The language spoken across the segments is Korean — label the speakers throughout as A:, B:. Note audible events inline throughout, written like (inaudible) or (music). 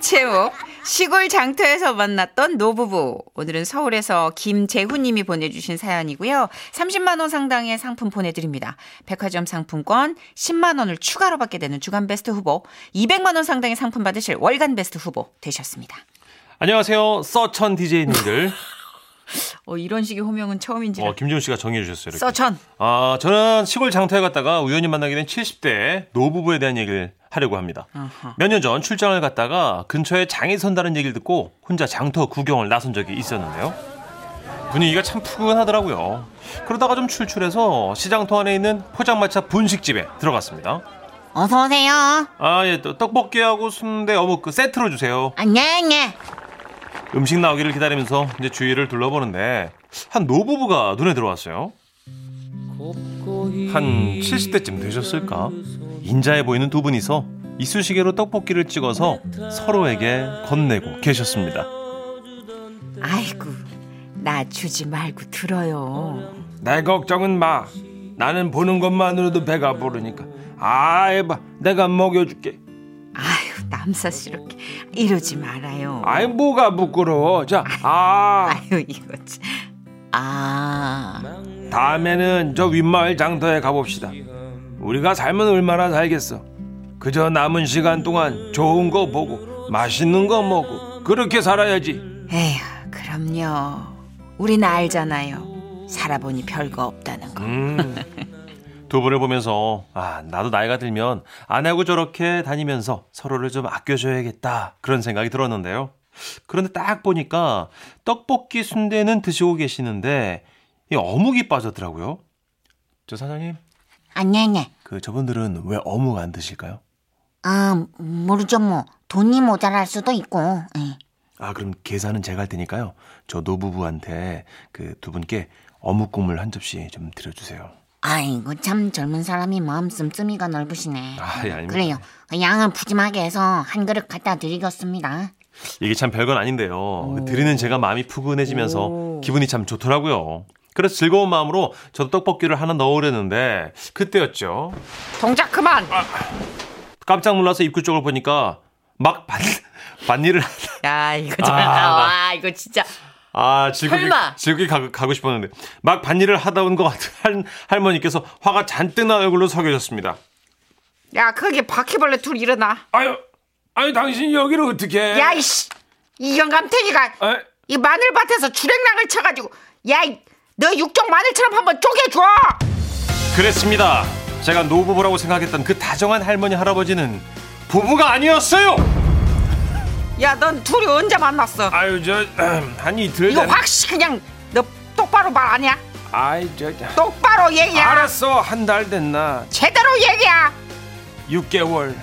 A: 제목 시골 장터에서 만났던 노부부 오늘은 서울에서 김재훈님이 보내주신 사연이고요 30만 원 상당의 상품 보내드립니다 백화점 상품권 10만 원을 추가로 받게 되는 주간 베스트 후보 200만 원 상당의 상품 받으실 월간 베스트 후보 되셨습니다
B: 안녕하세요. 서천 DJ님들.
A: 어, 이런 식의 호명은 처음인지
B: 어, 김지훈 씨가 정해 주셨어요. 이렇게.
A: 써천
B: 아, 저는 시골 장터에 갔다가 우연히 만나게 된 70대 노부부에 대한 얘기를 하려고 합니다. 몇 년 전 출장을 갔다가 근처에 장이 선다는 얘기를 듣고 혼자 장터 구경을 나선 적이 있었는데요. 분위기가 참 푸근하더라고요. 그러다가 좀 출출해서 시장터 안에 있는 포장마차 분식집에 들어갔습니다.
A: 어서 오세요
B: 아, 예, 또 떡볶이하고 순대 어묵 그 세트로 주세요.
A: 안녕 예.
B: 음식 나오기를 기다리면서 이제 주위를 둘러보는데 한 노부부가 눈에 들어왔어요. 한 70대쯤 되셨을까? 인자해 보이는 두 분이서 이쑤시개로 떡볶이를 찍어서 서로에게 건네고 계셨습니다.
A: 아이고 나 주지 말고 들어요
C: 내 걱정은 마. 나는 보는 것만으로도 배가 부르니까. 아, 해봐. 내가 먹여줄게.
A: 아유 남사스 이렇게 이러지 말아요
C: 아이 뭐가 부끄러워. 자, 아,
A: 아유 이거 참. 아
C: 다음에는 저 윗마을 장터에 가봅시다. 우리가 살면 얼마나 살겠어. 그저 남은 시간 동안 좋은 거 보고 맛있는 거 먹고 그렇게 살아야지.
A: 에휴 그럼요 우린 알잖아요 살아보니 별거 없다는 거
C: 음.
B: (laughs) 두 분을 보면서 아 나도 나이가 들면 안 하고 저렇게 다니면서 서로를 좀 아껴줘야겠다 그런 생각이 들었는데요. 그런데 딱 보니까 떡볶이 순대는 드시고 계시는데 이 어묵이 빠졌더라고요. 저 사장님
D: 안녕해.
B: 그 저분들은 왜 어묵 안 드실까요?
D: 아 모르죠 뭐 돈이 모자랄 수도 있고. 예.
B: 아 그럼 계산은 제가 할 테니까요. 저 노부부한테 그 두 분께 어묵 국물 한 접시 좀 드려주세요.
D: 아이고 참 젊은 사람이 마음 씀씀이가 넓으시네.
B: 아, 예, 아닙니다.
D: 그래요. 양을 푸짐하게 해서 한 그릇 갖다 드리겠습니다.
B: 이게 참 별건 아닌데요. 드리는 제가 마음이 푸근해지면서 기분이 참 좋더라고요. 그래서 즐거운 마음으로 저도 떡볶이를 하나 넣으려는데 그때였죠.
A: 동작 그만
B: 깜짝 놀라서 입구 쪽을 보니까 막 반, (laughs) 반일을 하다.
A: 야 이거 참,
B: 아.
A: 아, 와 이거 진짜
B: 아, 즐겁게,
A: 설마.
B: 즐겁게 가고, 가고 싶었는데 막 반일을 하다 온 것 같은 할, 할머니께서 화가 잔뜩 난 얼굴로 서 계셨습니다.
A: 야 거기 바퀴벌레 둘 일어나
C: 아유, 아유 당신 여기를 어떻게? 해?
A: 야 이씨 이 영감탱이가
C: 아이,
A: 이 마늘밭에서 주랭랑을 쳐가지고 야 너 육종 마늘처럼 한번 쪼개줘
B: 그랬습니다. 제가 노부부라고 생각했던 그 다정한 할머니 할아버지는 부부가 아니었어요.
A: 야 넌 둘이 언제 만났어
C: 아유 저한 이틀
A: 이거
C: 전.
A: 확시 그냥 너 똑바로 말 아니야
C: 아이 저. 저.
A: 똑바로 얘기야
C: 알았어 한 달 됐나
A: 제대로 얘기야
C: 6개월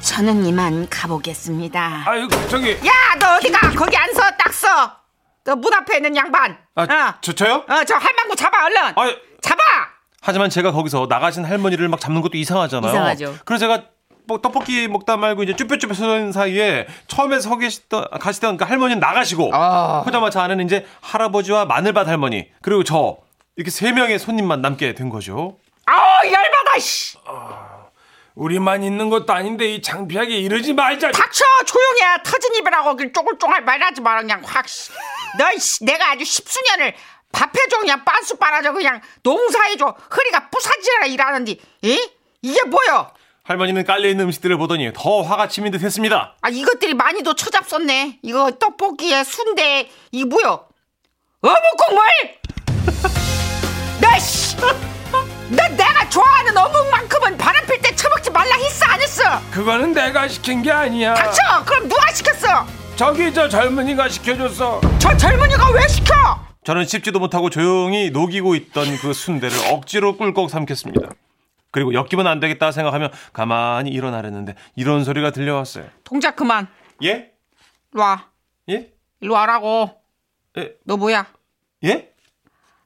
D: 저는 이만 가보겠습니다.
C: 아유 저기
A: 야 너 어디가 거기 안 서 딱 서 너 문 앞에 있는 양반
B: 아, 저, 저요?
A: 어 저 할망구 잡아 얼른
B: 아유.
A: 잡아
B: 하지만 제가 거기서 나가신 할머니를 막 잡는 것도 이상하잖아요.
A: 이상하죠.
B: 그래서 제가 뭐 떡볶이 먹다 말고 이제 쭈뼛쭈뼛 서는 사이에 처음에 서 계시던 가시던 그 할머니는 나가시고 포장마차 안에는 이제 할아버지와 마늘밭 할머니 그리고 저 이렇게 세 명의 손님만 남게 된 거죠.
A: 아우 열받아 씨
C: 우리만 있는 것도 아닌데 이 창피하게 이러지 말자
A: 닥쳐 조용히 해 터진 입이라고 그 쪼글쪼글 말하지 마라 그냥 확너 내가 아주 십수년을 밥해줘 그냥 빤수 빨아줘 그냥 농사해줘 허리가 부사지라 일하는데 이? 이게 뭐여
B: 할머니는 깔려 있는 음식들을 보더니 더 화가 치민 듯했습니다.
A: 아 이것들이 많이도 처잡섰네 이거 떡볶이에 순대 이 뭐여 어묵국물 (laughs) 너씨너 (laughs) 내가 좋아하는 어묵만큼은 바람 필 때 처먹지 말라 했어 안 했어
C: 그거는 내가 시킨 게 아니야
B: 어.
A: 닥쳐 그럼 누가 시켰어
C: 저기 저 젊은이가 시켜줬어
A: 저 젊은이가 왜 시켜
B: 저는 씹지도 못하고 조용히 녹이고 있던 그 순대를 억지로 꿀꺽 삼켰습니다. 그리고 엮이면 안 되겠다 생각하며 가만히 일어나려는데 이런 소리가 들려왔어요.
A: 동작 그만.
B: 예?
A: 일로 와.
B: 예?
A: 일로 와라고.
B: 예?
A: 너 뭐야?
B: 예?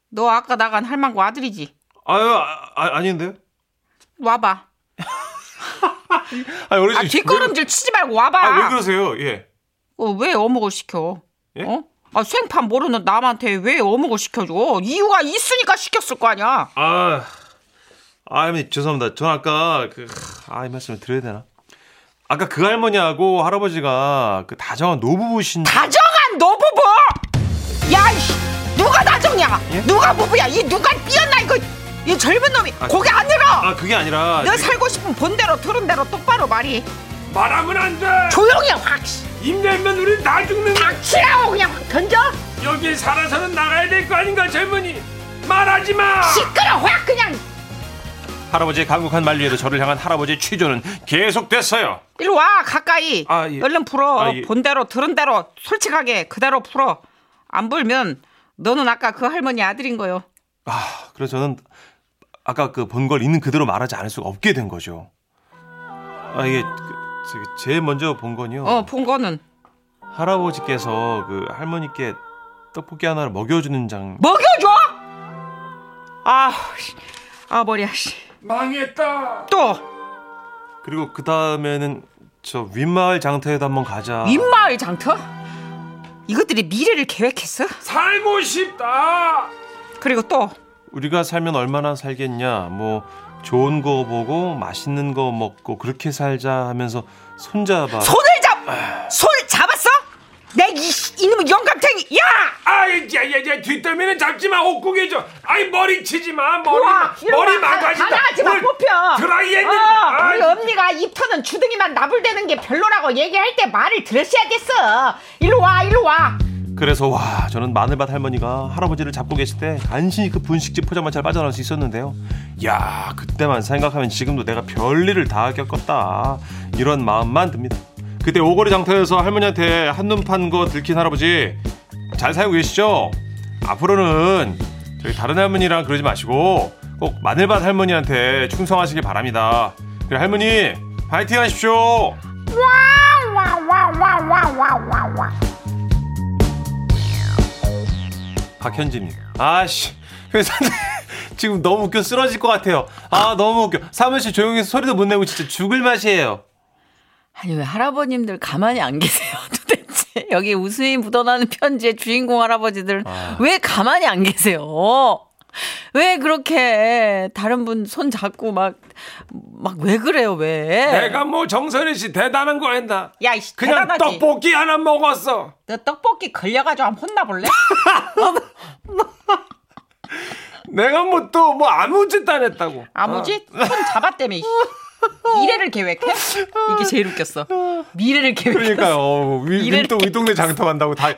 A: 너 아까 나간 할망구 아들이지?
B: 아유, 아, 아, 아닌데요?
A: 일로 와봐.
B: 아니, 어르신.
A: 아, 뒷걸음질 치지 말고 와봐.
B: 왜, 아, 왜 그러세요? 예.
A: 어, 왜 어묵을 시켜?
B: 예?
A: 어? 아, 생판 모르는 남한테 왜 어묵을 시켜줘? 이유가 있으니까 시켰을 거 아니야.
B: 아, 아, 니 죄송합니다. 전 아까 그, 아, 이 말씀을 드려야 되나? 아까 그 할머니하고 할아버지가 그 다정한 노부부신
A: 다정한 노부부! 야, 이씨, 누가 다정이야?
B: 예?
A: 누가 부부야? 이 누가 삐었나 이거? 이 젊은 놈이
B: 아,
A: 고개 안 들어.
B: 아 그게 아니라
A: 너 살고 싶은 본대로 들은 대로 똑바로 말이.
C: 말하면 안 돼.
A: 조용히 해, 확. 씨.
C: 입내면 우린 다 죽는 거.
A: 닥치라고 그냥 확 던져.
C: 여기 살아서는 나가야 될 거 아닌가 젊은이. 말하지 마.
A: 시끄러 확 그냥.
B: 할아버지의 강국한 만류에도 저를 향한 할아버지의 취조는 계속됐어요.
A: 일로 와 가까이.
B: 아, 예.
A: 얼른 풀어.
B: 아, 예.
A: 본대로 들은 대로 솔직하게 그대로 풀어. 안 불면 너는 아까 그 할머니 아들인 거요.
B: 아, 그래서 저는 아까 그 본 걸 있는 그대로 말하지 않을 수가 없게 된 거죠. 아, 이게 그, 저기 제일 먼저 본 건요.
A: 어, 본 거는
B: 할아버지께서 그 할머니께 떡볶이 하나를 먹여주는 장.
A: 먹여줘. 아, 씨. 아 머리야. 씨.
C: 망했다.
A: 또.
B: 그리고 그 다음에는 저 윗마을 장터에도 한번 가자.
A: 윗마을 장터? 이것들이 미래를 계획했어?
C: 살고 싶다.
A: 그리고 또
B: 우리가 살면 얼마나 살겠냐. 뭐 좋은 거 보고 맛있는 거 먹고 그렇게 살자 하면서 손잡아.
A: 손을 잡! 손을 잡았어? 내 이, 이놈의 영감탱이! 야!
C: 아이, 야, 야, 야, 뒷덜미는 잡지 마, 옷고개 줘. 아이, 머리 치지 마, 머리,
A: 우와, 이놈아.
C: 머리 망가진다.
A: 가라앉지 마,
C: 오늘
A: 뽑혀!
C: 드라이
A: 어,
C: 했는데.
A: 우리
C: 아이,
A: 언니가 입 터는 주둥이만 나불대는 게 별로라고 얘기할 때 말을 들으셔야겠어. 일로 와, 일로 와.
B: 음. 그래서 와 저는 마늘밭 할머니가 할아버지를 잡고 계실 때 간신히 그 분식집 포장만 잘 빠져나올 수 있었는데요. 야 그때만 생각하면 지금도 내가 별일을 다 겪었다 이런 마음만 듭니다. 그때 오거리 장터에서 할머니한테 한눈 판 거 들킨 할아버지 잘 살고 계시죠? 앞으로는 저희 다른 할머니랑 그러지 마시고 꼭 마늘밭 할머니한테 충성하시길 바랍니다. 그래 할머니 파이팅 하십시오. 박현진님. 아씨 회사 (laughs) 지금 너무 웃겨 쓰러질 것 같아요. 아 너무 웃겨. 사무실 조용히 해서 소리도 못 내고 진짜 죽을 맛이에요.
E: 아니 왜 할아버님들 가만히 안 계세요 (laughs) 도대체 여기 웃음이 묻어나는 편지의 주인공 할아버지들 왜 가만히 안 계세요 왜 그렇게 다른 분 손 잡고 막 막 왜 그래요 왜
C: 내가 뭐 정선희 씨 대단한 거 했나?
A: 야, 이씨,
C: 그냥
A: 대단하지.
C: 떡볶이 하나 먹었어.
A: 너 떡볶이 걸려가지고 한번 혼나볼래?
C: 내가 뭐 또 뭐 아무 짓 안 했다고.
A: 아버지 손 잡았다며. 이씨. 미래를 계획해?
E: 이게 제일 웃겼어 미래를 계획
C: (laughs)
B: 그러니까요. 위,
E: 이래
B: 윗동, 윗동네 장터
E: (laughs)
B: 간다고 다.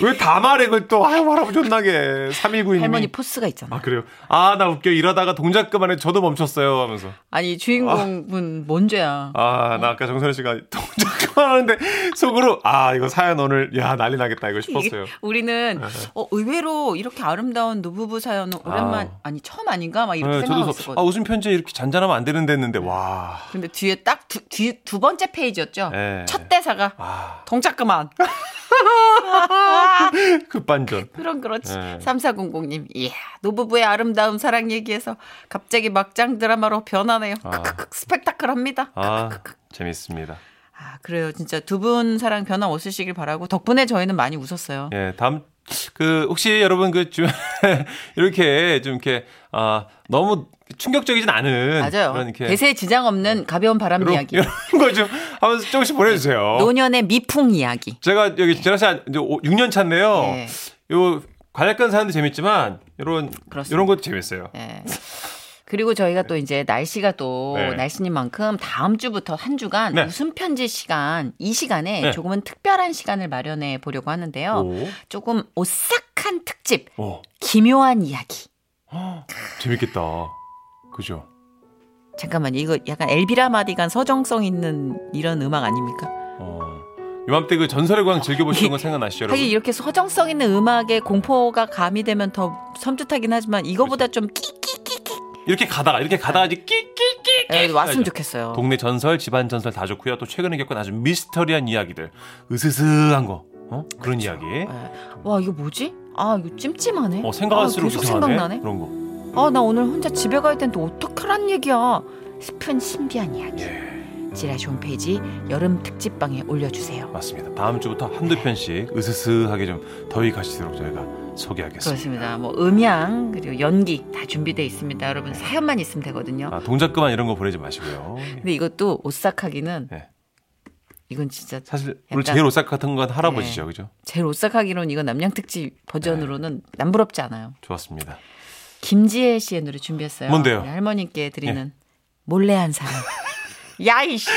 B: 왜 다 말해 그걸 또. 아유 할아버지 존나게. 3192님이.
E: 할머니 포스가 있잖아
B: 아 그래요. 아 나 웃겨 이러다가 동작 그만해 저도 멈췄어요 하면서.
E: 아니 주인공분 뭔 죄야
B: 아 나 아까 정선희 씨가 (laughs) 동작 그만하는데 속으로 아 이거 사연 오늘 야 난리 나겠다 이거 싶었어요. 네,
E: 우리는 어, 의외로 이렇게 아름다운 노부부 사연은 오랜만 아니 처음 아닌가 막 이렇게
B: 네, 저도 서- 아
E: 생각했었거든.
B: 웃음 편지 이렇게 잔잔하면 안 되는데 했는데 와.
E: 근데 뒤에 딱 두 뒤, 두 번째 페이지였죠.
B: 네. 아.
E: 첫 대사가 동작
B: (laughs)
E: 그만.
B: 급반전.
E: 그런 그렇지.
B: 네.
E: 3400님. 이야, 노부부의 아름다운 사랑 얘기에서 갑자기 막장 드라마로 변하네요. 크크크 스펙타클합니다.
B: 아
E: 그,
B: 재밌습니다.
E: 아, 그래요. 진짜 두 분 사랑 변함 없으시길 바라고 덕분에 저희는 많이 웃었어요.
B: 예, 다음 그 혹시 여러분 그 주변에 (laughs) 이렇게 좀 이렇게 아 너무 충격적이진 않은
E: 맞아요.
B: 그런 이렇게 네.
E: 대세에 지장 없는 가벼운 바람
B: 이런,
E: 이야기.
B: 거 좀 하면서 조금씩 보내주세요.
E: 노년의 미풍 이야기.
B: 제가 여기 지난 시간 이제 6년 차인데요.
E: 네.
B: 요 관략간 사연도 재밌지만 이런
E: 그렇습니다.
B: 이런 것도 재밌어요.
E: 예. 그리고 저희가 또 이제 날씨가 또
B: 네.
E: 날씨님만큼 다음 주부터 한 주간
B: 네.
E: 웃음 편지 시간 이 시간에
B: 네.
E: 조금은 특별한 시간을 마련해 보려고 하는데요.
B: 오,
E: 조금 오싹한 특집
B: 오,
E: 기묘한 이야기.
B: 재밌겠다. 그죠?
E: 잠깐만 이거 약간 엘비라 마디간 서정성 있는 이런 음악 아닙니까?
B: 어. 이맘때 그 전설의 고향 즐겨보시던 거 생각나시죠, 여러분?
E: 하긴 이렇게 서정성 있는 음악에 공포가 가미되면 더 섬찟하긴 하지만 이거보다
B: 그렇죠.
E: 좀 끼끼끼끼
B: 이렇게 가다가 이렇게 가다가 이제 끼끼끼
E: 예, 왔으면
B: 알죠.
E: 좋겠어요.
B: 동네 전설, 집안 전설 다 좋고요. 또 최근에 겪은 아주 미스터리한 이야기들, 으스스한 거, 어?
E: 그렇죠.
B: 그런 이야기.
E: 와 이거 뭐지? 아 이거 찜찜하네.
B: 어, 생각할수록
E: 아, 계속
B: 이상하네.
E: 생각나네.
B: 그런 거.
E: 아, 나 오늘 혼자 집에 가야 되는데 어떡하란 얘기야. 싶은 신비한 이야기. 지라시 홈페이지 여름 특집방에 올려주세요.
B: 맞습니다. 다음 주부터 한두 편씩 으스스하게 좀 더위 가시도록 저희가 소개하겠습니다.
E: 그렇습니다. 뭐 음향 그리고 연기 다 준비돼 있습니다. 여러분 사연만 있으면 되거든요.
B: 아, 동작 그만 이런 거 보내지 마시고요.
E: 근데 이것도 오싹하기는
B: 네.
E: 이건 진짜
B: 사실 우리
E: 약간- 네.
B: 제일 오싹 같은 건 할아버지죠, 그죠?
E: 제일 오싹하기론 이건 남양특집 버전으로는
B: 네.
E: 남부럽지 않아요.
B: 좋았습니다.
E: 김지혜 씨의 노래 준비했어요.
B: 뭔데요?
E: 우리
B: 네.
E: 할머니께
B: (laughs)
E: 드리는 몰래 한 사랑.
A: 야이씨.